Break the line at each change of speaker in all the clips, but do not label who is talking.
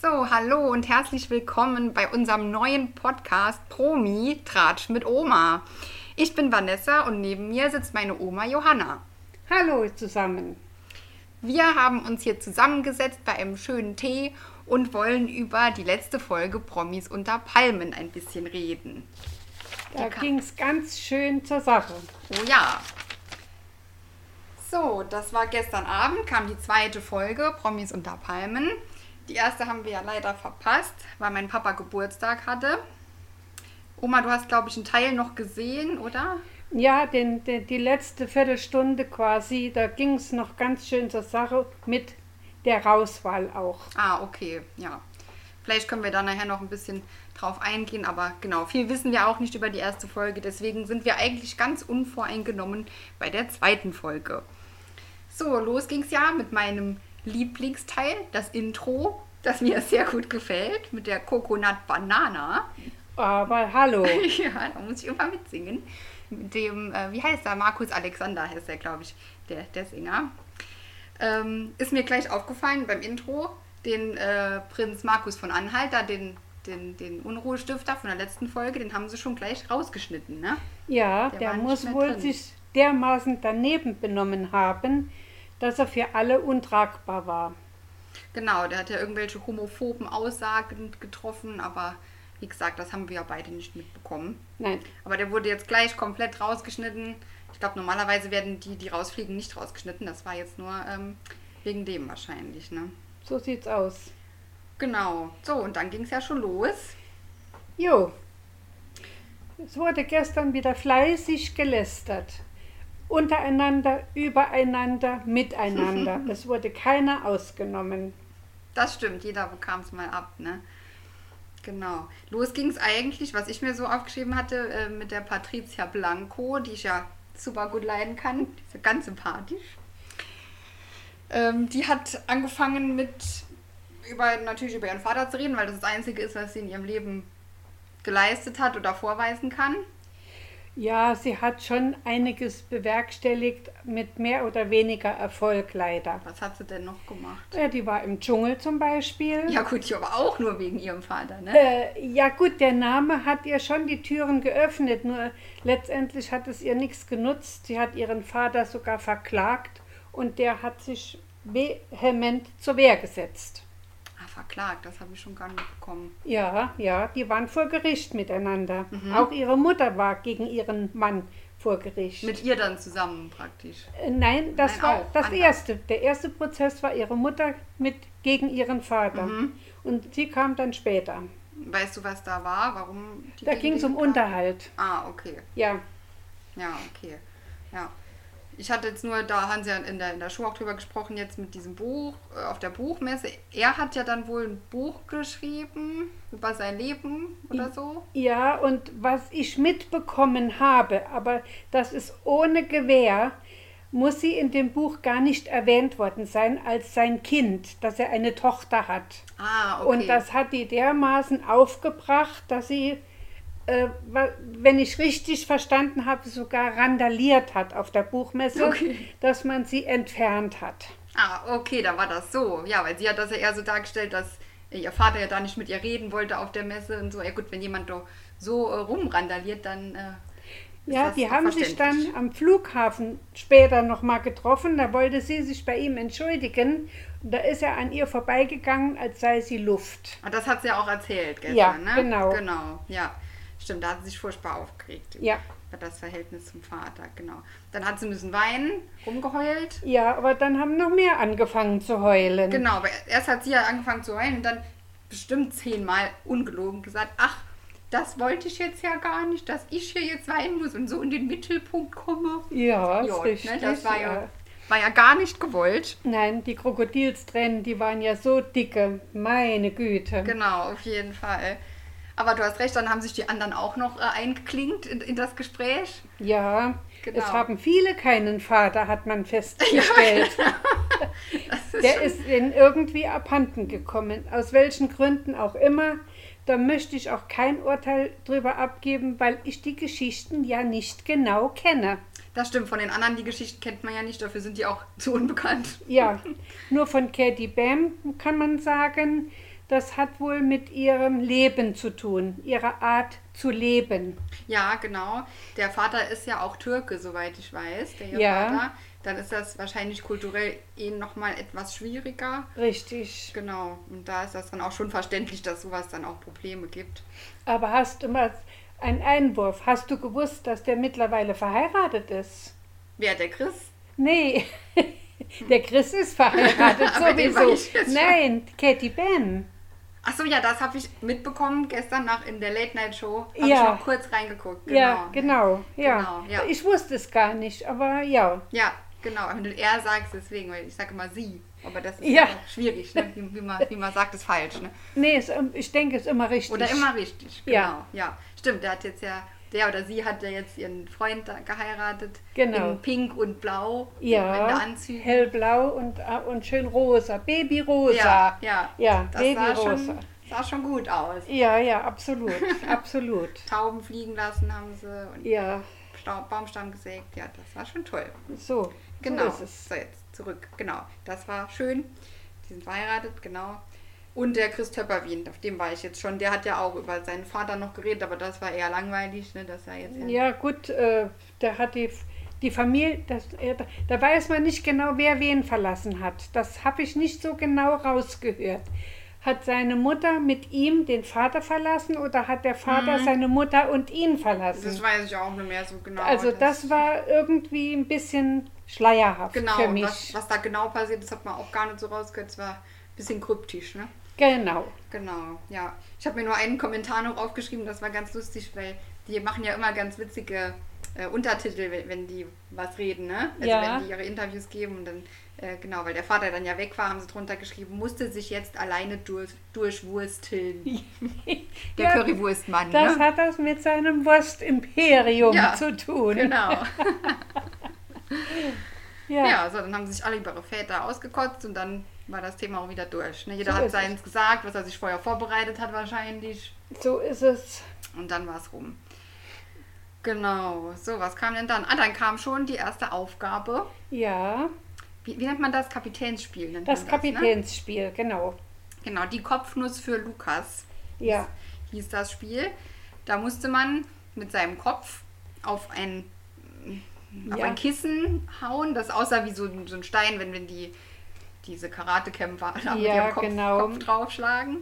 So, hallo und herzlich willkommen bei unserem neuen Podcast Promi Tratsch mit Oma. Ich bin Vanessa und neben mir sitzt meine Oma Johanna.
Hallo zusammen.
Wir haben uns hier zusammengesetzt bei einem schönen Tee und wollen über die letzte Folge Promis unter Palmen ein bisschen reden.
Da ging es ganz schön zur Sache.
Oh ja. So, das war gestern Abend, kam die zweite Folge, Promis unter Palmen. Die erste haben wir ja leider verpasst, weil mein Papa Geburtstag hatte. Oma, du hast, glaube ich, einen Teil noch gesehen, oder?
Ja, den, den, die letzte Viertelstunde quasi, da ging es noch ganz schön zur Sache mit der Rauswahl auch.
Ah, okay, ja. Vielleicht können wir da nachher noch ein bisschen drauf eingehen, aber genau, viel wissen wir auch nicht über die erste Folge, deswegen sind wir eigentlich ganz unvoreingenommen bei der zweiten Folge. So, los ging's ja mit meinem Lieblingsteil, das Intro, das mir sehr gut gefällt, mit der Coconut Banana.
Aber hallo,
Ja, da muss ich immer mitsingen. Mit dem, äh, wie heißt er? Markus Alexander heißt er, glaube ich, der, der Sänger. Ähm, ist mir gleich aufgefallen beim Intro, den äh, Prinz Markus von Anhalter, den, den, den Unruhestifter von der letzten Folge, den haben sie schon gleich rausgeschnitten, ne?
ja, der,
war nicht
muss
mehr
wohl
drin.
sich dermaßen daneben benommen haben, dass er für alle untragbar war.
Genau, der hat ja irgendwelche homophoben Aussagen getroffen, aber wie gesagt, das haben wir ja beide nicht mitbekommen.
Nein,
Aber der wurde jetzt gleich komplett rausgeschnitten. Ich glaube, normalerweise werden die, die rausfliegen, nicht rausgeschnitten. Das war jetzt nur ähm, wegen dem wahrscheinlich, ne?
so sieht's aus.
Genau. So, und dann ging es ja schon los.
Jo, es wurde gestern wieder fleißig gelästert. Untereinander, übereinander, miteinander. es wurde keiner ausgenommen.
Das stimmt, jeder bekam es mal ab, ne? Genau. Los ging es eigentlich, was ich mir so aufgeschrieben hatte, äh, mit der Patricia Blanco, die ich ja super gut leiden kann. Die ist ja ganz sympathisch. Ähm, die hat angefangen mit, über, natürlich über ihren Vater zu reden, weil das das Einzige ist, was sie in ihrem Leben geleistet hat oder vorweisen kann.
Ja, sie hat schon einiges bewerkstelligt, mit mehr oder weniger Erfolg leider.
Was hat sie denn noch gemacht?
Ja, die war im Dschungel zum Beispiel.
Ja gut, die aber auch nur wegen ihrem Vater, ne?
Äh, ja gut, der Name hat ihr schon die Türen geöffnet, nur letztendlich hat es ihr nichts genutzt. Sie hat ihren Vater sogar verklagt und der hat sich vehement zur Wehr gesetzt.
Ah, verklagt, das habe ich schon gar nicht bekommen.
Ja, ja, die waren vor Gericht miteinander.
Mhm.
Auch ihre Mutter war gegen ihren Mann vor Gericht.
Mit ihr dann zusammen praktisch.
Äh, Nein, das
Nein,
war
auch
das
anders.
erste. Der erste Prozess war ihre Mutter mit gegen ihren Vater.
Mhm.
Und sie kam dann später.
Weißt du, was da war? Warum? die
Da
gegen
ging es
den
um
kam?
Unterhalt.
Ah, okay.
Ja,
Ja, okay. Ja. Ich hatte jetzt nur, da haben sie ja in der, in der Show auch drüber gesprochen, jetzt mit diesem Buch, äh, auf der Buchmesse. Er hat ja dann wohl ein Buch geschrieben über sein Leben oder so.
ja, und was ich mitbekommen habe, aber das ist ohne Gewähr, muss sie in dem Buch gar nicht erwähnt worden sein als sein Kind, dass er eine Tochter hat.
Ah, okay.
Und das hat die dermaßen aufgebracht, dass sie, äh, wa- wenn ich richtig verstanden habe, sogar randaliert hat auf der Buchmesse,
Okay.
dass man sie entfernt hat.
ah, okay, da war das so. Ja, weil sie hat das ja eher so dargestellt, dass ihr Vater ja da nicht mit ihr reden wollte auf der Messe und so. Ja gut, wenn jemand doch so äh, rumrandaliert, dann... Äh, ist
Ja,
das
die
auch
haben sich
verständlich.
dann am Flughafen später nochmal getroffen. Da wollte sie sich bei ihm entschuldigen. Und da ist er an ihr vorbeigegangen, als sei sie Luft.
Ah, Das hat sie ja auch erzählt gestern,
Ja,
ne?
genau.
Genau, ja. Stimmt, da hat sie sich furchtbar aufgeregt.
Ja.
Über das Verhältnis zum Vater, genau. Dann hat sie müssen weinen, rumgeheult.
Ja, aber dann haben noch mehr angefangen zu heulen.
Genau, aber erst hat sie ja angefangen zu heulen und dann bestimmt zehnmal ungelogen gesagt, ach, das wollte ich jetzt ja gar nicht, dass ich hier jetzt weinen muss und so in den Mittelpunkt komme.
Ja,
Ja,
ist richtig.
ne, das war
ja.
ja, war ja gar nicht gewollt.
Nein, die Krokodilstränen, die waren ja so dicke. Meine Güte.
Genau, auf jeden Fall. Aber du hast recht, dann haben sich die anderen auch noch äh, eingeklinkt in, in das Gespräch.
Ja,
Genau.
es haben viele keinen Vater, hat man festgestellt.
Das ist
Der ist ihnen irgendwie abhanden gekommen, aus welchen Gründen auch immer. Da möchte ich auch kein Urteil drüber abgeben, weil ich die Geschichten ja nicht genau kenne.
Das stimmt, von den anderen, die Geschichten kennt man ja nicht, dafür sind die auch zu unbekannt.
Ja, nur von Katie Bam kann man sagen, das hat wohl mit ihrem Leben zu tun, ihrer Art zu leben.
Ja, genau. Der Vater ist ja auch Türke, soweit ich weiß, der ihr
Ja.
Vater. Dann ist das wahrscheinlich kulturell eh nochmal etwas schwieriger.
Richtig.
Genau. Und da ist das dann auch schon verständlich, dass sowas dann auch Probleme gibt.
Aber hast du mal einen Einwurf? Hast du gewusst, dass der mittlerweile verheiratet ist?
Wer der Chris?
Nee. Der Chris ist verheiratet
Aber den war
sowieso.
ich jetzt schon.
Nein, Katie Ben.
Achso, ja, das habe ich mitbekommen gestern nach in der Late Night Show. Habe ich
Ja.
noch kurz reingeguckt. Genau.
Ja, genau. Ja.
Genau, ja.
Ich wusste es gar nicht, aber ja.
Ja, genau. Wenn du er sagst, deswegen, weil ich sage immer sie. Aber das ist
Ja.
auch schwierig, ne? wie, wie, man, wie man sagt, ist falsch. Ne?
Nee, es, ähm, ich denke, es ist immer richtig.
Oder immer richtig, genau.
Ja.
Ja. stimmt. Der hat jetzt ja, der oder sie hat ja jetzt ihren Freund da geheiratet.
Genau.
In Pink und Blau. In der
Ja,
Anzüge.
hellblau und, äh, und schön rosa.
Ja,
Babyrosa.
ja.
ja
Das sah
Babyrosa.
schon, sah schon gut aus.
Ja, ja, absolut. absolut.
Tauben fliegen lassen haben sie und
Ja,
Stau- Baumstamm gesägt. Ja, das war schon toll.
so.
Genau.
So ist es.
So, jetzt zurück. Genau. Das war schön. Die sind verheiratet, genau. Und der Chris Töpperwien, auf dem war ich jetzt schon. Der hat ja auch über seinen Vater noch geredet, aber das war eher langweilig, ne? Das war jetzt
Ja, gut, äh, da hat die, die Familie, das, äh, da- da weiß man nicht genau, wer wen verlassen hat. Das habe ich nicht so genau rausgehört. Hat seine Mutter mit ihm den Vater verlassen oder hat der Vater seine Mutter und ihn verlassen?
Mhm. Das weiß ich auch nicht mehr so genau.
Hm. also das, war irgendwie ein bisschen schleierhaft
genau,
für mich.
Was, was da genau passiert ist, hat man auch gar nicht so rausgehört. Es war ein bisschen kryptisch, ne?
Genau.
Genau, ja. Ich habe mir nur einen Kommentar noch aufgeschrieben, das war ganz lustig, weil die machen ja immer ganz witzige äh, Untertitel, wenn, wenn die was reden, ne? Also
Ja.
wenn die ihre Interviews geben und dann, äh, genau, weil der Vater dann ja weg war, haben sie drunter geschrieben, musste sich jetzt alleine durch, durchwursteln. der
Ja,
Currywurstmann,
Das
ne?
hat das mit seinem Wurstimperium
Ja,
zu tun.
Genau.
Ja.
Ja, so, dann haben sich alle über ihre Väter ausgekotzt und dann war das Thema auch wieder durch. Ne? Jeder
So
hat
ist es.
seins gesagt, was er sich vorher vorbereitet hat wahrscheinlich.
So ist es.
Und dann war es rum. Genau. So, was kam denn dann? Ah, dann kam schon die erste Aufgabe.
Ja,
Wie, wie nennt man das? Kapitänsspiel. Nennt
das
man Genau Ne?
Kapitänsspiel, genau.
Genau, die Kopfnuss für Lukas
Ja,
hieß das Spiel. Da musste man mit seinem Kopf auf ein, auf
Ja.
ein Kissen hauen, das aussah wie so, ein- so ein Stein, wenn, wenn die diese Karatekämpfer da mit
Ja,
ihrem Kopf,
genau.
Kopf draufschlagen.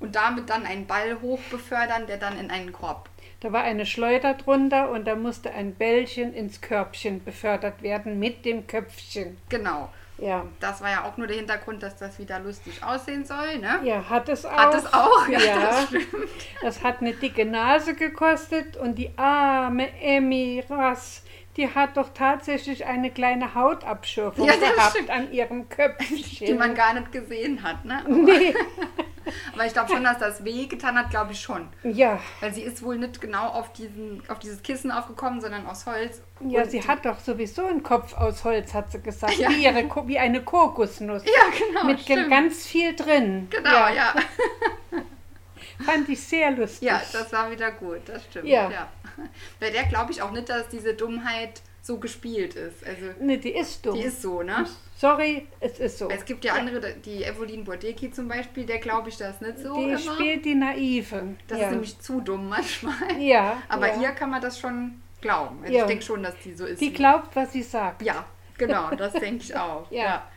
Und damit dann einen Ball hochbefördern, der dann in einen Korb
da war eine Schleuder drunter und da musste ein Bällchen ins Körbchen befördert werden mit dem Köpfchen.
Genau.
Ja,
Das war ja auch nur der Hintergrund, dass das wieder lustig aussehen soll, ne?
ja hat es auch.
Hat es auch, ja, das
Ja,
stimmt.
das hat eine dicke Nase gekostet und die arme Emmy Rass, die hat doch tatsächlich eine kleine Hautabschürfung
Ja, das
gehabt
stimmt.
an ihrem Köpfchen.
Die man gar nicht gesehen hat, ne? Aber,
nee.
aber ich glaube schon, dass das weh getan hat, glaube ich schon.
Ja,
Weil sie ist wohl nicht genau auf, diesen, auf dieses Kissen aufgekommen, sondern aus Holz.
ja
Und-
sie hat doch sowieso einen Kopf aus Holz, hat sie gesagt,
Ja.
wie, ihre, Ko- wie eine Kokosnuss.
Ja, genau.
Mit ge-
stimmt.
ganz viel drin.
Genau, ja. ja.
Fand ich sehr lustig.
das war wieder gut, das stimmt.
Ja.
Ja. Bei der glaube ich auch nicht, dass diese Dummheit so gespielt ist. Also,
nee, die ist dumm.
die ist so, ne?
Sorry, es ist so.
Es gibt ja andere, die Evelyn Bordecki zum Beispiel, der glaube ich das nicht so.
die
immer.
spielt die Naive.
Das
ja.
ist nämlich zu dumm manchmal.
Ja,
Aber
ja.
ihr kann man das schon glauben. Also
Ja.
Ich denke schon, dass die so ist.
die glaubt, was sie sagt.
ja, genau, das denke ich auch.
Ja.
ja.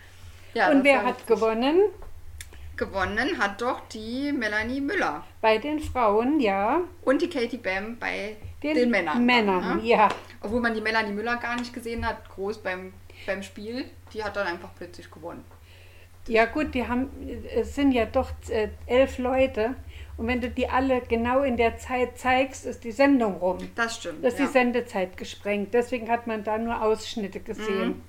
Ja,
Und
das
wer
war
hat
witzig.
gewonnen?
Gewonnen hat doch die Melanie Müller
Bei den Frauen, ja.
und die Katie Bam bei den, Männern.
Männern,
ne?
ja.
Obwohl man die Melanie Müller gar nicht gesehen hat, groß beim, beim Spiel. Die hat dann einfach plötzlich gewonnen.
Ja gut, die haben, es sind ja doch äh, elf Leute. Und wenn du die alle genau in der Zeit zeigst, ist die Sendung rum.
Das stimmt.
Das ist
ja.
die Sendezeit gesprengt. Deswegen hat man da nur Ausschnitte gesehen.
Mhm.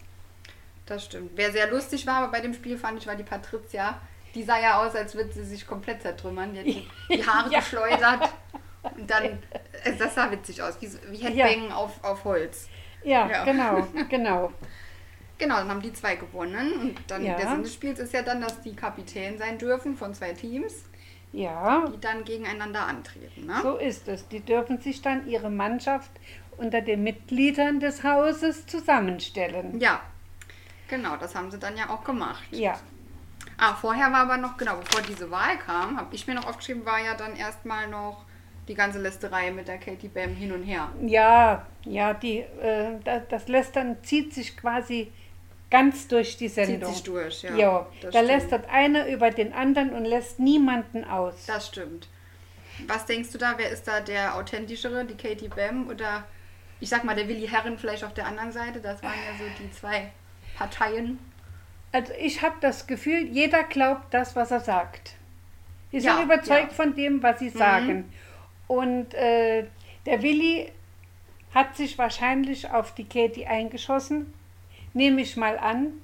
Das stimmt. Wer sehr lustig war, aber bei dem Spiel fand ich, war die Patricia. Die sah ja aus, als würde sie sich komplett zertrümmern. Die hat die, die Haare
Ja.
geschleudert. Und dann, also das sah witzig aus, wie, so- wie Headbang auf, auf Holz.
Ja,
Ja.
genau, genau.
Genau, dann haben die zwei gewonnen. Und dann
Ja.
der Sinn des Spiels ist ja dann, dass die Kapitän sein dürfen von zwei Teams,
Ja,
die dann gegeneinander antreten. Ne?
so ist es. Die dürfen sich dann ihre Mannschaft unter den Mitgliedern des Hauses zusammenstellen.
Ja, genau, das haben sie dann ja auch gemacht.
Ja,
Ah, vorher war aber noch, genau, bevor diese Wahl kam, habe ich mir noch aufgeschrieben, war ja dann erstmal noch die ganze Lästerei mit der Katie Bam hin und her.
Ja, ja, die, äh, da- das Lästern zieht sich quasi ganz durch die
Zieht
Sendung.
sich durch, ja.
ja,
das
Genau. da
stimmt.
lästert einer über den anderen und lässt niemanden aus.
Das stimmt. Was denkst du da, wer ist da der authentischere, die Katie Bam oder ich sag mal der Willi Herren vielleicht auf der anderen Seite? Das waren ja so die zwei Parteien.
Also ich habe das Gefühl, jeder glaubt das, was er sagt. Sie
Ja, Mhm.
sind überzeugt
ja.
von dem, was sie sagen. Und äh, der Willi hat sich wahrscheinlich auf die Katie eingeschossen, nehme ich mal an.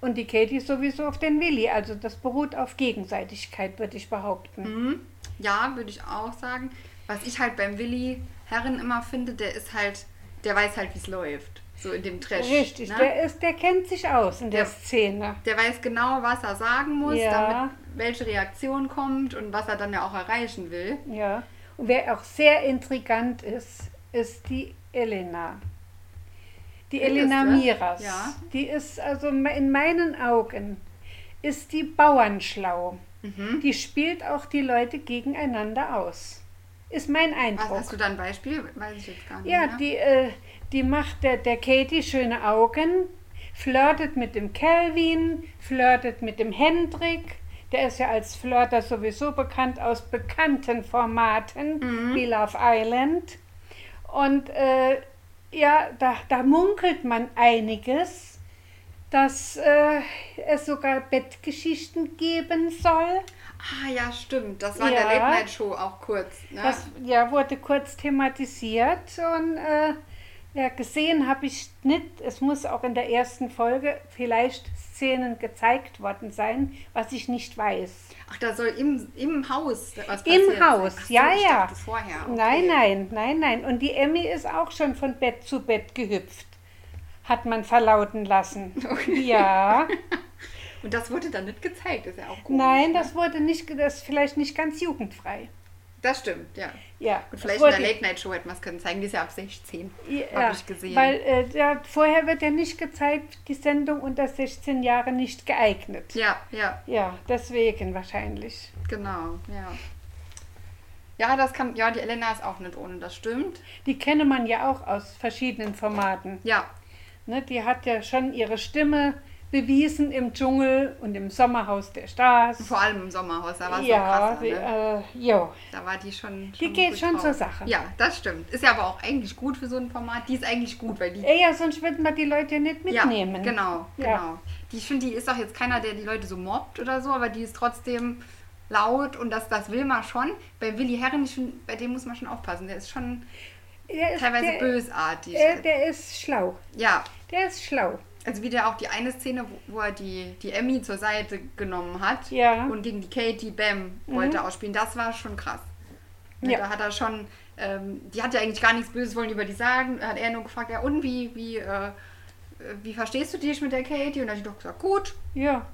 Und die Katie sowieso auf den Willi. Also das beruht auf Gegenseitigkeit, würde ich behaupten.
Hm? Ja, würde ich auch sagen. Was ich halt beim Willi Herren immer finde, der ist halt, der weiß halt, wie es läuft. So in dem Trash.
Richtig,
ne?
der, ist, der kennt sich aus in der
Ja.
Szene.
der weiß genau, was er sagen muss,
Ja.
damit welche Reaktion kommt und was er dann ja auch erreichen will.
Ja. Und wer auch sehr intrigant ist, ist die Elena. Die
Wer ist
Elena
das?
Miras.
Ja.
Die ist also me- in meinen Augen ist die Bauernschlau.
Mhm.
Die spielt auch die Leute gegeneinander aus. Ist mein
Was
Eindruck.
hast du da ein Beispiel? Weiß ich jetzt gar nicht.
Ja,
mehr.
die, äh, die macht der, der Katie schöne Augen, flirtet mit dem Calvin, flirtet mit dem Hendrik. Der ist ja als Flirter sowieso bekannt aus bekannten Formaten wie Love Island. Und äh, ja, da, da munkelt man einiges, dass äh, es sogar Bettgeschichten geben soll.
Ah ja, stimmt. Das war in der
Ja.
Late Night Show auch kurz. Ne?
Das ja, wurde kurz thematisiert und äh, ja, gesehen habe ich nicht. Es muss auch in der ersten Folge vielleicht Szenen gezeigt worden sein, was ich nicht weiß.
Ach, da soll im, im Haus was passiert
Im
sein.
Haus,
Ach so,
ja,
ich
ja.
dachte vorher. Okay.
Nein, nein, nein, nein. Und die Emmy ist auch schon von Bett zu Bett gehüpft, hat man verlauten lassen. Ja,
Und das wurde dann nicht gezeigt, ist ja auch gut.
nein, das wurde nicht, ge- das ist vielleicht nicht ganz jugendfrei.
Das stimmt, ja.
Ja,
Und
das
vielleicht in
wurde-
der Late Night Show hätten wir es können zeigen. Die ist ja ab 16.
Ja,
Habe ich gesehen.
Weil äh, ja, vorher wird ja nicht gezeigt, die Sendung unter 16 Jahre nicht geeignet.
ja, ja,
Ja, deswegen wahrscheinlich.
genau, ja. Ja, das kann, ja, die Elena ist auch nicht ohne, das stimmt.
Die kenne man ja auch aus verschiedenen Formaten.
Ja,
Ne, die hat ja schon ihre Stimme bewiesen im Dschungel und im Sommerhaus der Stars.
vor allem im Sommerhaus, da war es
ja,
noch
sie,
krasser, ne?
äh, jo.
Da war die schon.
Die geht
gut
schon
drauf.
zur Sache.
Ja, das stimmt. Ist ja aber auch eigentlich gut für so ein Format. Die ist eigentlich gut, weil die
Äh, ja, sonst würden wir die Leute nicht mitnehmen.
Ja, genau,
Ja.
genau. Die, ich finde, die ist auch jetzt keiner, der die Leute so mobbt oder so, aber die ist trotzdem laut und das, das will man schon. Bei Willi Herren, ich find, bei dem muss man schon aufpassen. Der ist schon
Der ist,
teilweise
der,
bösartig.
Der, der ist schlau.
ja,
Der ist schlau.
also wie der auch die eine Szene, wo, wo er die, die Emmy zur Seite genommen hat
Ja. Mhm.
und gegen die Katie Bam wollte ausspielen, das war schon krass. Ne,
Ja.
Da hat er schon, ähm, die hat ja eigentlich gar nichts Böses wollen über die sagen, hat er nur gefragt, ja und wie, wie, äh, wie verstehst du dich mit der Katie? Und dann hat die doch gesagt, gut,
Ja.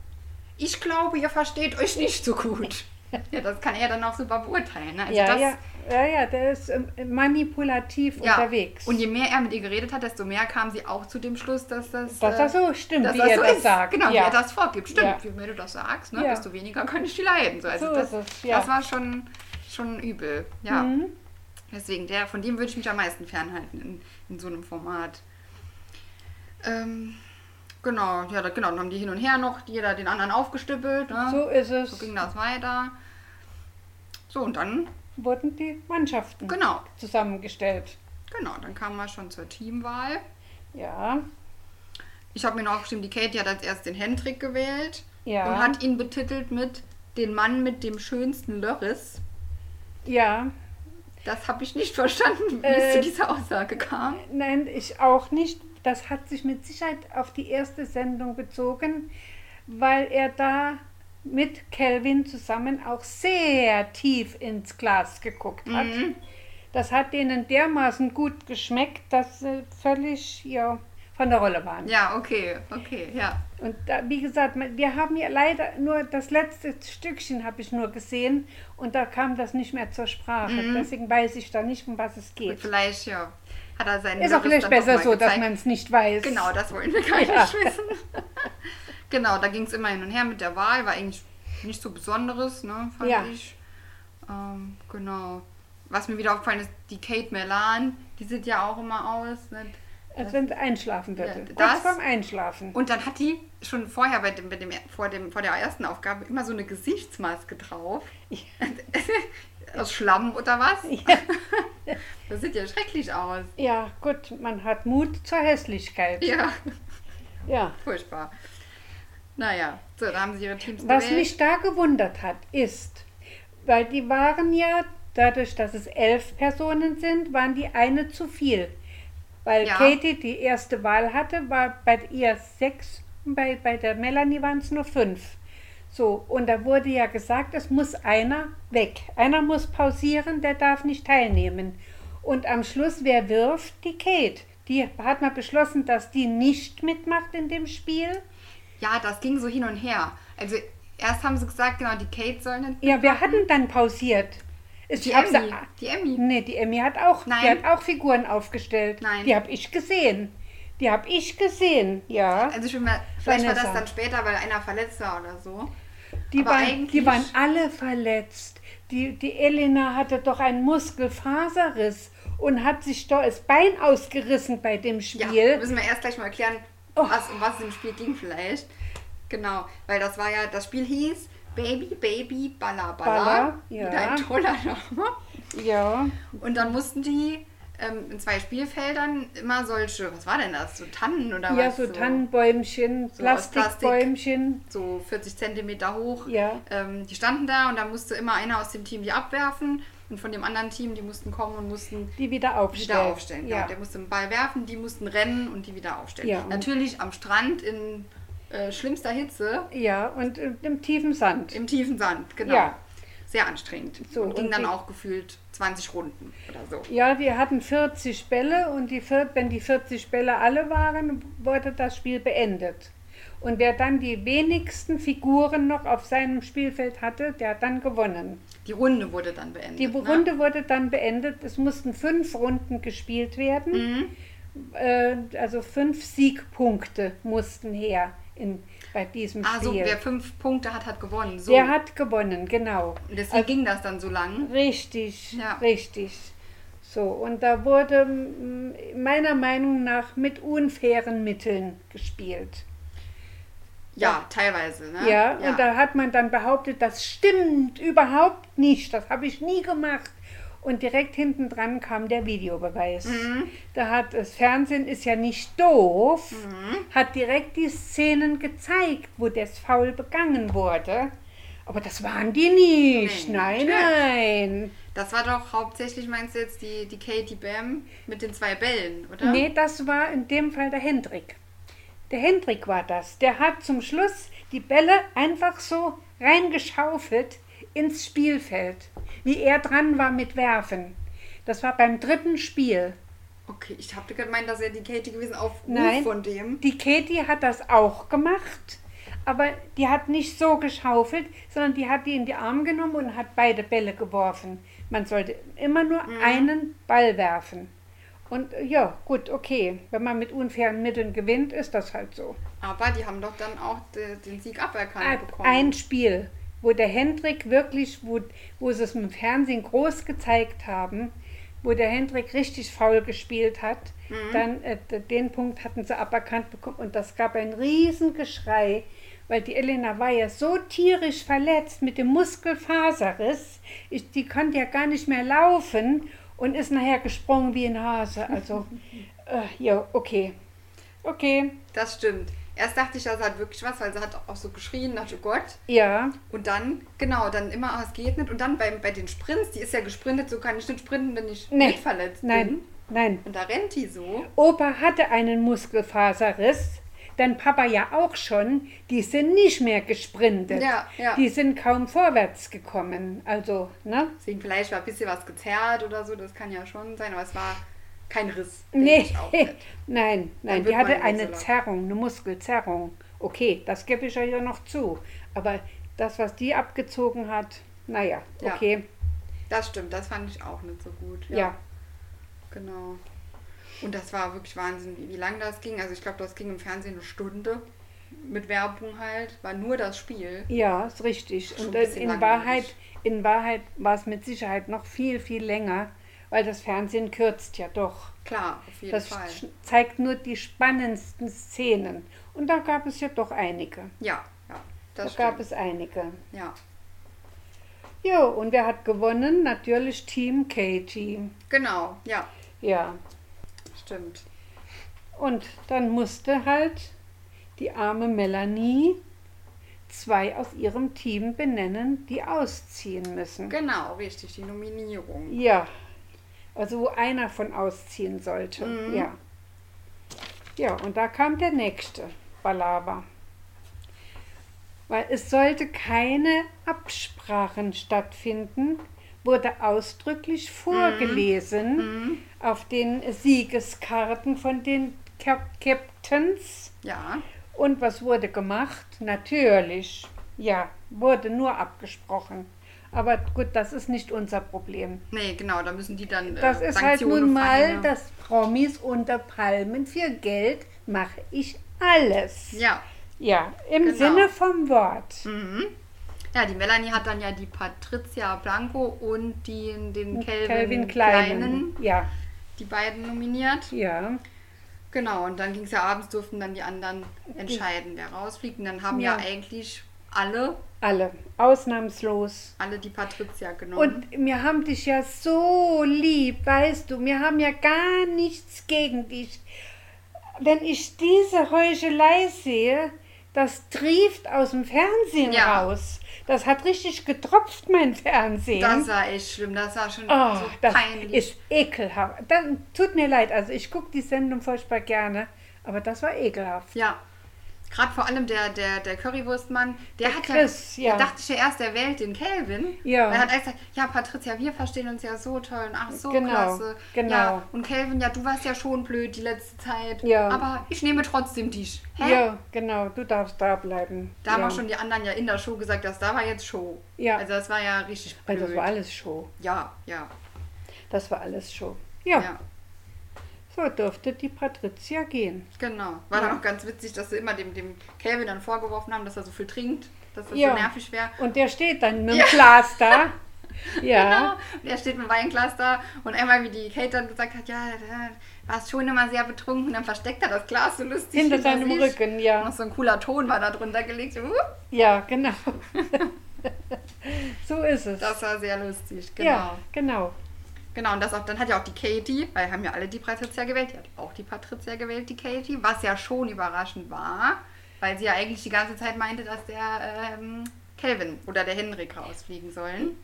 ich glaube, ihr versteht euch nicht so gut. Ja, das kann er dann auch super beurteilen. Ne? Also
ja,
das,
ja, ja, ja, der ist ähm, manipulativ
ja.
unterwegs.
Und je mehr er mit ihr geredet hat, desto mehr kam sie auch zu dem Schluss, dass äh, das,
dass das so stimmt, wie er das sagt.
Genau, wie
ja.
er das vorgibt. Stimmt,
Ja.
je mehr du das sagst, ne,
Ja.
desto weniger kann ich die leiden. So, also
So
das,
ist es, ja. Mhm.
das war schon, schon übel. Ja. Deswegen, der, von dem würde ich mich am meisten fernhalten in, in so einem Format. Ähm, genau, ja, da, genau, dann haben die hin und her noch jeder den anderen aufgestüppelt. Ne?
So ist
So
es.
ging das weiter. So, und dann,
Mhm. Wurden die Mannschaften
genau,
zusammengestellt.
genau, dann kamen wir schon zur Teamwahl.
Ja,
Ich habe mir noch aufgeschrieben, die Katie hat als erst den Hendrik gewählt
Ja.
und hat ihn betitelt mit den Mann mit dem schönsten Lörris.
ja.
Das habe ich nicht verstanden, wie es zu
Äh,
dieser Aussage kam.
Nein, ich auch nicht. Das hat sich mit Sicherheit auf die erste Sendung bezogen, weil er da mit Kelvin zusammen auch sehr tief ins Glas geguckt hat.
Mhm.
Das hat denen dermaßen gut geschmeckt, dass sie völlig ja, von der Rolle waren.
Ja, okay, okay, ja.
Und da, wie gesagt, man- wir haben ja leider nur das letzte Stückchen habe ich nur gesehen und da kam das nicht mehr zur Sprache.
Mhm.
Deswegen weiß ich da nicht, um was es geht.
Vielleicht, ja, hat er seinen
Ist auch
Lörres
vielleicht
dann doch Genau,
besser
mal
so, dass
gezeigt.
man es nicht weiß.
Genau, das wollen wir gar nicht
Ja.
wissen. Genau, da ging es immer hin und her mit der Wahl, war eigentlich nicht so Besonderes, ne, fand
Ja.
ich. Ähm, genau. Was mir wieder aufgefallen ist, die Kate Melan, die sieht ja auch immer aus. Ne?
Als wenn sie einschlafen würde.
Ja,
Kurz
das-
vorm Einschlafen.
Und dann hat die schon vorher bei dem, bei dem, vor, dem, vor der ersten Aufgabe immer so eine Gesichtsmaske drauf. Aus Schlamm oder was?
Ja.
Das sieht ja schrecklich aus.
ja, gut, man hat Mut zur Hässlichkeit.
Ja,
Ja.
furchtbar. Naja, so, da haben sie ihre Teams
Was
gewählt.
mich da gewundert hat, ist, weil die waren ja, dadurch, dass es elf Personen sind, waren die eine zu viel. Weil
Ja.
Katie die erste Wahl hatte, war bei ihr sechs, und bei, bei der Melanie waren es nur fünf. So, und da wurde ja gesagt, es muss einer weg. Einer muss pausieren, der darf nicht teilnehmen. Und am Schluss, wer wirft? Die Kate. Die hat man beschlossen, dass die nicht mitmacht in dem Spiel.
Ja, das ging so hin und her. Also erst haben sie gesagt, genau, die Kate soll nicht.
Ja, wer hat denn dann pausiert? Ist
Die
ich hab's-
Emmy. Die Emmy.
Nee, die Emmy hat auch, die
Nein.
hat auch Figuren aufgestellt.
Nein.
Die habe ich gesehen. Die habe ich gesehen, ja.
Also schon mal, vielleicht war das
Vanessa.
dann später, weil einer verletzt war oder so.
Die
aber
waren,
eigentlich-
die waren alle verletzt. Die, die Elena hatte doch einen Muskelfaserriss und hat sich doch das Bein ausgerissen bei dem
Ja,
Spiel. Oh.
müssen wir erst gleich mal erklären, was, um was es im Spiel ging vielleicht. Genau, weil das war ja, das Spiel hieß Baby, Baby, Balla, Balla.
Balla, ja.
Wieder ein toller Name.
ja.
Und dann mussten die ähm, in zwei Spielfeldern immer solche, was war denn das, so Tannen oder
ja,
was?
so Tannenbäumchen,
So aus Plastik.
Plastikbäumchen.
so 40 Zentimeter hoch.
Ja.
Ähm, die standen da und dann musste immer einer aus dem Team die abwerfen und von dem anderen Team, die mussten kommen und mussten
Die wieder aufstellen.
wieder aufstellen. genau, Ja.
Ja.
Der musste den Ball werfen, die mussten rennen und die wieder aufstellen.
Ja.
Natürlich am Strand in äh, schlimmster Hitze
ja, und äh, im tiefen Sand.
im tiefen Sand, genau.
Ja.
Sehr anstrengend.
So,
und ging
und
dann
die-
auch gefühlt 20 Runden oder so.
Ja, wir hatten 40 Bälle und die, vier- wenn die 40 Bälle alle waren, wurde das Spiel beendet. Und wer dann die wenigsten Figuren noch auf seinem Spielfeld hatte, der hat dann gewonnen.
Die Runde wurde dann beendet.
Die
ne?
Runde wurde dann beendet. Es mussten fünf Runden gespielt werden. Äh, also fünf Siegpunkte mussten her in, bei diesem Spiel.
Ah, so, wer fünf Punkte hat, hat gewonnen. So.
der hat gewonnen, genau.
und deswegen ging das dann so lang.
Richtig,
Ja.
richtig. So, und da wurde mm, meiner Meinung nach mit unfairen Mitteln gespielt.
Ja, teilweise. Ne?
Ja, und da hat man dann behauptet, das stimmt überhaupt nicht, das habe ich nie gemacht. Und direkt hinten dran kam der Videobeweis. Da hat das Fernsehen ist ja nicht doof, hat direkt die Szenen gezeigt, wo das Foul begangen wurde. Aber das waren die nicht.
Nee,
Nein,
natürlich.
nein.
Das war doch hauptsächlich, meinst du jetzt, die, die Katie Bam mit den zwei Bällen, oder?
Nee, das war in dem Fall der Hendrik. Der Hendrik war das. Der hat zum Schluss die Bälle einfach so reingeschaufelt ins Spielfeld, wie er dran war mit Werfen. Das war beim dritten Spiel.
Okay, ich habe gemeint, dass er die Katie gewesen auf
Nein.
Ruf von dem.
Die Katie hat das auch gemacht, aber die hat nicht so geschaufelt, sondern die hat die in die Arme genommen und hat beide Bälle geworfen. Man sollte immer nur einen Ball werfen. Und äh, ja, gut, okay. Wenn man mit unfairen Mitteln gewinnt, ist das halt so.
Aber die haben doch dann auch de, den Sieg aberkannt
Ab-
bekommen.
ein Spiel, wo der Hendrik wirklich, wo, wo sie es im Fernsehen groß gezeigt haben, wo der Hendrik richtig faul gespielt hat, dann äh, d- den Punkt hatten sie aberkannt bekommen und das gab ein Riesengeschrei, weil die Elena war ja so tierisch verletzt mit dem Muskelfaserriss, ich, die konnte ja gar nicht mehr laufen und ist nachher gesprungen wie ein Hase. Also, äh, ja, okay. Okay,
das stimmt. Erst dachte ich, das hat wirklich was, weil sie hat auch so geschrien, dachte, oh Gott.
ja.
Und dann, genau, dann immer, ah, es geht nicht. Und dann bei, bei den Sprints, die ist ja gesprintet, so kann ich nicht sprinten, wenn ich
Nee.
nicht verletzt
Nein,
bin.
nein.
Und da rennt die so.
Opa hatte einen Muskelfaserriss, dann Papa ja auch schon. Die sind nicht mehr gesprintet.
Ja, ja.
Die sind kaum vorwärts gekommen. Also, ne?
Deswegen vielleicht war ein bisschen was gezerrt oder so, das kann ja schon sein, aber es war kein Riss. denke
Nee,
Ich auch nicht.
nein, nein.
Dann
Die
wird
hatte
man
eine
Ursula.
Zerrung, eine Muskelzerrung. Okay, das gebe ich euch ja noch zu. Aber das, was die abgezogen hat, naja,
Ja.
okay.
Das stimmt, das fand ich auch nicht so gut.
Ja.
Genau. Und das war wirklich Wahnsinn, wie, wie lang das ging. Also ich glaube, das ging im Fernsehen eine Stunde. mit Werbung halt, war nur das Spiel.
Ja, ist richtig.
Schon
Und
ein
äh,
bisschen
in
langweilig.
Wahrheit, in Wahrheit war es mit Sicherheit noch viel, viel länger, weil das Fernsehen kürzt ja doch.
Klar, auf jeden
Das
Fall.
sch- zeigt nur die spannendsten Szenen. Und da gab es ja doch einige.
Ja, ja, das
da gab
stimmt.
es einige.
Ja,
Jo, und wer hat gewonnen? Natürlich Team Katie.
genau, ja,
Ja.
stimmt.
Und dann musste halt die arme Melanie zwei aus ihrem Team benennen, die ausziehen müssen.
Genau, richtig, die Nominierung.
Ja. Also wo einer von ausziehen sollte. Ja. Ja, und da kam der nächste Balava. Weil es sollte keine Absprachen stattfinden, wurde ausdrücklich vorgelesen auf den Siegeskarten von den Cap Captains.
Ja,
Und was wurde gemacht? Natürlich, ja, wurde nur abgesprochen. Aber gut, das ist nicht unser Problem.
nee, genau, da müssen die dann. äh,
Das ist halt nun mal,
verhängen. ne?
dass Promis unter Palmen für Geld mache ich alles.
Ja.
Ja, im
Genau.
Sinne vom Wort.
Mhm. Ja, die Melanie hat dann ja die Patricia Blanco und die,
Hm,
den Calvin,
Calvin
Kleinen,
Ja,
die beiden nominiert.
ja.
Genau, und dann ging es ja abends, durften dann die anderen entscheiden, wer rausfliegt. Und dann haben ja,
Ja.
eigentlich alle,
Alle, ausnahmslos.
alle die Patricia genommen.
Und wir haben dich ja so lieb, weißt du. Wir haben ja gar nichts gegen dich. Wenn ich diese Heuchelei sehe, das trieft aus dem Fernsehen
Ja.
raus. Das hat richtig getropft, mein Fernsehen.
das war echt schlimm, das war schon
Oh,
Ah, so
das
peinlich.
ist ekelhaft. Dann tut mir leid, also ich gucke die Sendung furchtbar gerne, aber das war ekelhaft.
Ja. Gerade vor allem der, der, der Currywurstmann, der, hat
Chris, ja.
da dachte ich ja erst, er wählt den Kelvin.
Ja.
Er hat erst gesagt, ja, Patricia, wir verstehen uns ja so toll und ach so
Genau,
klasse.
genau.
Ja, und Kelvin, ja, du warst ja schon blöd die letzte Zeit.
Ja.
Aber ich nehme trotzdem dich. Hä?
Ja, genau, du darfst da bleiben.
Da haben
ja.
auch schon die anderen ja in der Show gesagt, dass da war jetzt Show.
Ja.
Also das war ja richtig
Weil
blöd.
das war alles Show.
ja, ja,
Das war alles Show. Ja,
ja,
so durfte die Patricia gehen.
Genau. War
Ja.
dann auch ganz witzig, dass sie immer dem, dem Kelvin dann vorgeworfen haben, dass er so viel trinkt, dass das
Ja.
so nervig wäre.
Und der steht dann mit dem Glas da. Ja,
Genau. Und er steht mit dem Weinglas da und einmal, wie die Kate dann gesagt hat, ja, da warst schon immer sehr betrunken, und dann versteckt er das Glas so lustig.
hinter seinem
sich.
Rücken, ja.
Noch so ein cooler Ton war da drunter gelegt. Uh,
Ja, genau. so ist es.
das war sehr lustig, genau.
Ja, genau.
Genau, und das auch, dann hat ja auch die Katie, weil haben ja alle die Patricia gewählt, die hat auch die Patricia gewählt, die Katie, was ja schon überraschend war, weil sie ja eigentlich die ganze Zeit meinte, dass der ähm, Calvin oder der Henrik rausfliegen sollen.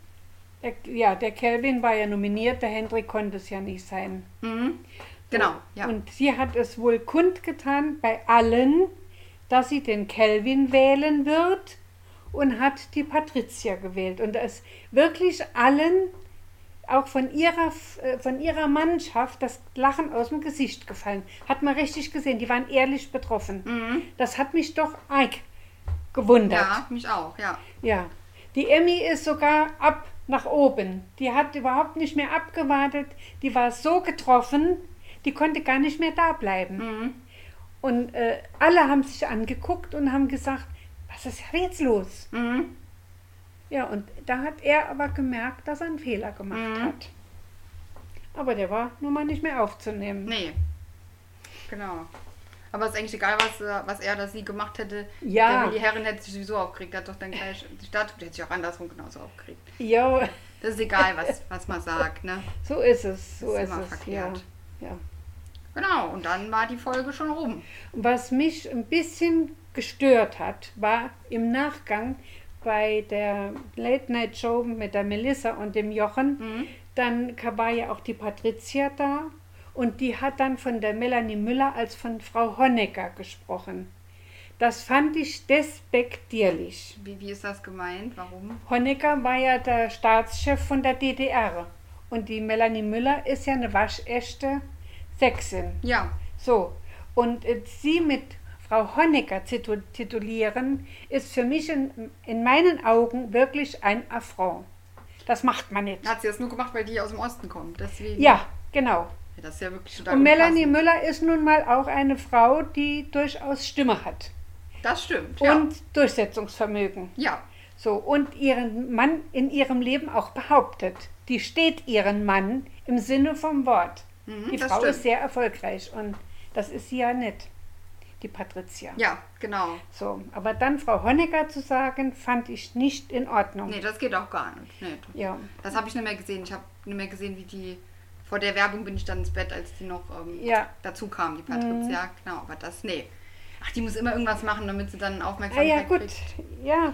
Der, ja, der Kelvin war ja nominiert, der Hendrik konnte es ja nicht sein.
Mhm. Genau, ja.
Oh, Und sie hat es wohl kundgetan bei allen, dass sie den Kelvin wählen wird und hat die Patricia gewählt. Und es wirklich allen, auch von ihrer, äh, von ihrer Mannschaft, das Lachen aus dem Gesicht gefallen. Hat man richtig gesehen, die waren ehrlich betroffen. Das hat mich doch arg gewundert.
Mhm. Ja, mich auch, ja.
Ja, die Emmy ist sogar ab nach oben. Die hat überhaupt nicht mehr abgewartet. Die war so getroffen, die konnte gar nicht mehr da bleiben.
Mhm.
Und äh, alle haben sich angeguckt und haben gesagt, was ist jetzt los?
Mhm.
Ja, und da hat er aber gemerkt, dass er einen Fehler
Mhm.
gemacht hat. Aber der war nun mal nicht mehr aufzunehmen.
Nee. Genau. Aber es ist eigentlich egal, was, äh, was er oder sie gemacht hätte.
Ja.
Der, die Herren hätte sich sowieso aufgeregt, der hat doch dann gleich die Statue, der hätte sich auch andersrum genauso aufgeregt.
Ja,
Das ist egal, was, was man sagt, ne?
so ist es. So
Das
ist,
ist immer
es.
verkehrt.
Ja. ja.
Genau, und dann war die Folge schon rum.
Was mich ein bisschen gestört hat, war im Nachgang bei der Late Night Show mit der Melissa und dem Jochen, dann war ja auch die Patricia da und die hat dann von der Melanie Müller als von Frau Honecker gesprochen. Das fand ich despektierlich.
Wie, wie ist das gemeint? Warum?
Honecker war ja der Staatschef von der DDR und die Melanie Müller ist ja eine waschechte Sächsin.
Ja,
So, und äh, sie mit Frau Honecker zitu- titulieren, ist für mich in, in meinen Augen wirklich ein Affront. Das macht man nicht.
hat sie das nur gemacht, weil die aus dem Osten kommt. Deswegen.
Ja, genau.
Ja, Das ist ja wirklich total
Und Melanie
unpassend.
Müller ist nun mal auch eine Frau, die durchaus Stimme hat.
Das stimmt. Ja.
und Durchsetzungsvermögen.
ja.
So, und ihren Mann in ihrem Leben auch behauptet. Die steht ihren Mann im Sinne vom Wort. die
Mhm, das
Frau
stimmt.
ist sehr erfolgreich und das ist sie ja nicht, die Patricia.
Ja, genau.
So, aber dann Frau Honecker zu sagen, fand ich nicht in Ordnung.
Nee, das geht auch gar nicht. Nee.
Ja.
Das habe ich nicht mehr gesehen. Ich habe nicht mehr gesehen, wie die. Vor der Werbung bin ich dann ins Bett, als die noch ähm,
Ja. Mhm.
dazu kam, die Patricia. Genau, aber das, nee. Ach, die muss immer irgendwas machen, damit sie dann
Ah
Aufmerksamkeit
ja, gut.
kriegt.
Ja.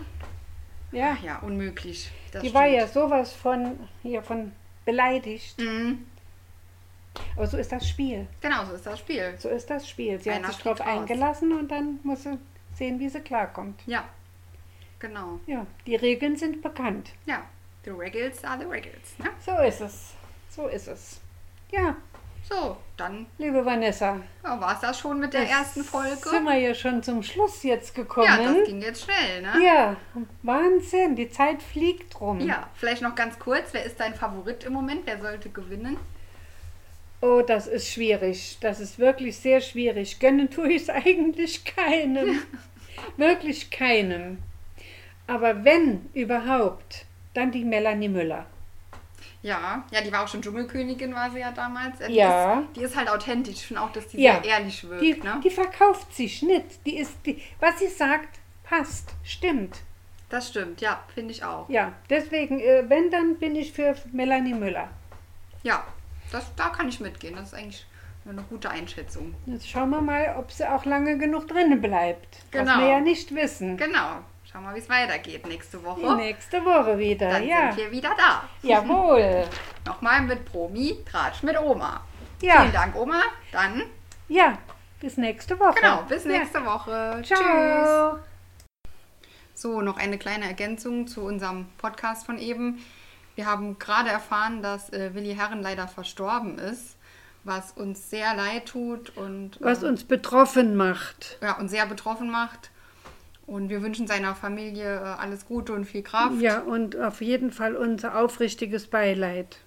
Ja,
Ach ja, unmöglich. Das
die
stimmt.
war ja sowas von hier von beleidigt.
Mhm.
Aber so ist das Spiel.
Genau, so ist das Spiel.
So ist das Spiel. Sie
Einer
hat sich drauf
fliegt raus.
eingelassen und dann muss sie sehen, wie sie klarkommt.
Ja, genau.
Ja, die Regeln sind bekannt.
Ja, the regals are the regals. Ne?
So ist es. So ist es. Ja,
So, dann
liebe Vanessa.
ja, war es das schon mit der
jetzt
ersten Folge.
Sind wir ja schon zum Schluss jetzt gekommen.
Ja, das ging jetzt schnell, ne?
Ja, Wahnsinn. Die Zeit fliegt rum.
Ja, vielleicht noch ganz kurz. Wer ist dein Favorit im Moment? Wer sollte gewinnen?
Oh, das ist schwierig. Das ist wirklich sehr schwierig. Gönnen tue ich es eigentlich keinem. wirklich keinem. Aber wenn überhaupt, dann die Melanie Müller.
Ja, ja, die war auch schon Dschungelkönigin, war sie ja damals. Äh, Die
Ja.
Ist, die ist halt authentisch. Ich finde auch, dass die
Ja.
sehr ehrlich wirkt,
Die,
ne?
die verkauft sich nicht. Die ist, die, was sie sagt, passt, stimmt.
Das stimmt, ja, finde ich auch.
Ja, deswegen, äh, wenn, dann bin ich für Melanie Müller.
Ja, das, da kann ich mitgehen. Das ist eigentlich eine gute Einschätzung.
Jetzt schauen wir mal, ob sie auch lange genug drinnen bleibt.
Genau.
Was wir ja nicht wissen.
Genau. Schauen wir mal, wie es weitergeht nächste Woche.
Die nächste Woche wieder.
Genau. Dann
ja.
sind wir wieder da.
Jawohl.
Nochmal mit Promi, Tratsch mit Oma.
Ja.
Vielen Dank, Oma. Dann,
Ja, bis nächste Woche.
genau, bis nächste Woche.
Woche. Ciao.
So, noch eine kleine Ergänzung zu unserem Podcast von eben. Wir haben gerade erfahren, dass äh, Willi Herren leider verstorben ist, was uns sehr leid tut und, äh,
Was uns betroffen macht.
ja, und sehr betroffen macht. Und wir wünschen seiner Familie äh, alles Gute und viel Kraft.
Ja, und auf jeden Fall unser aufrichtiges Beileid.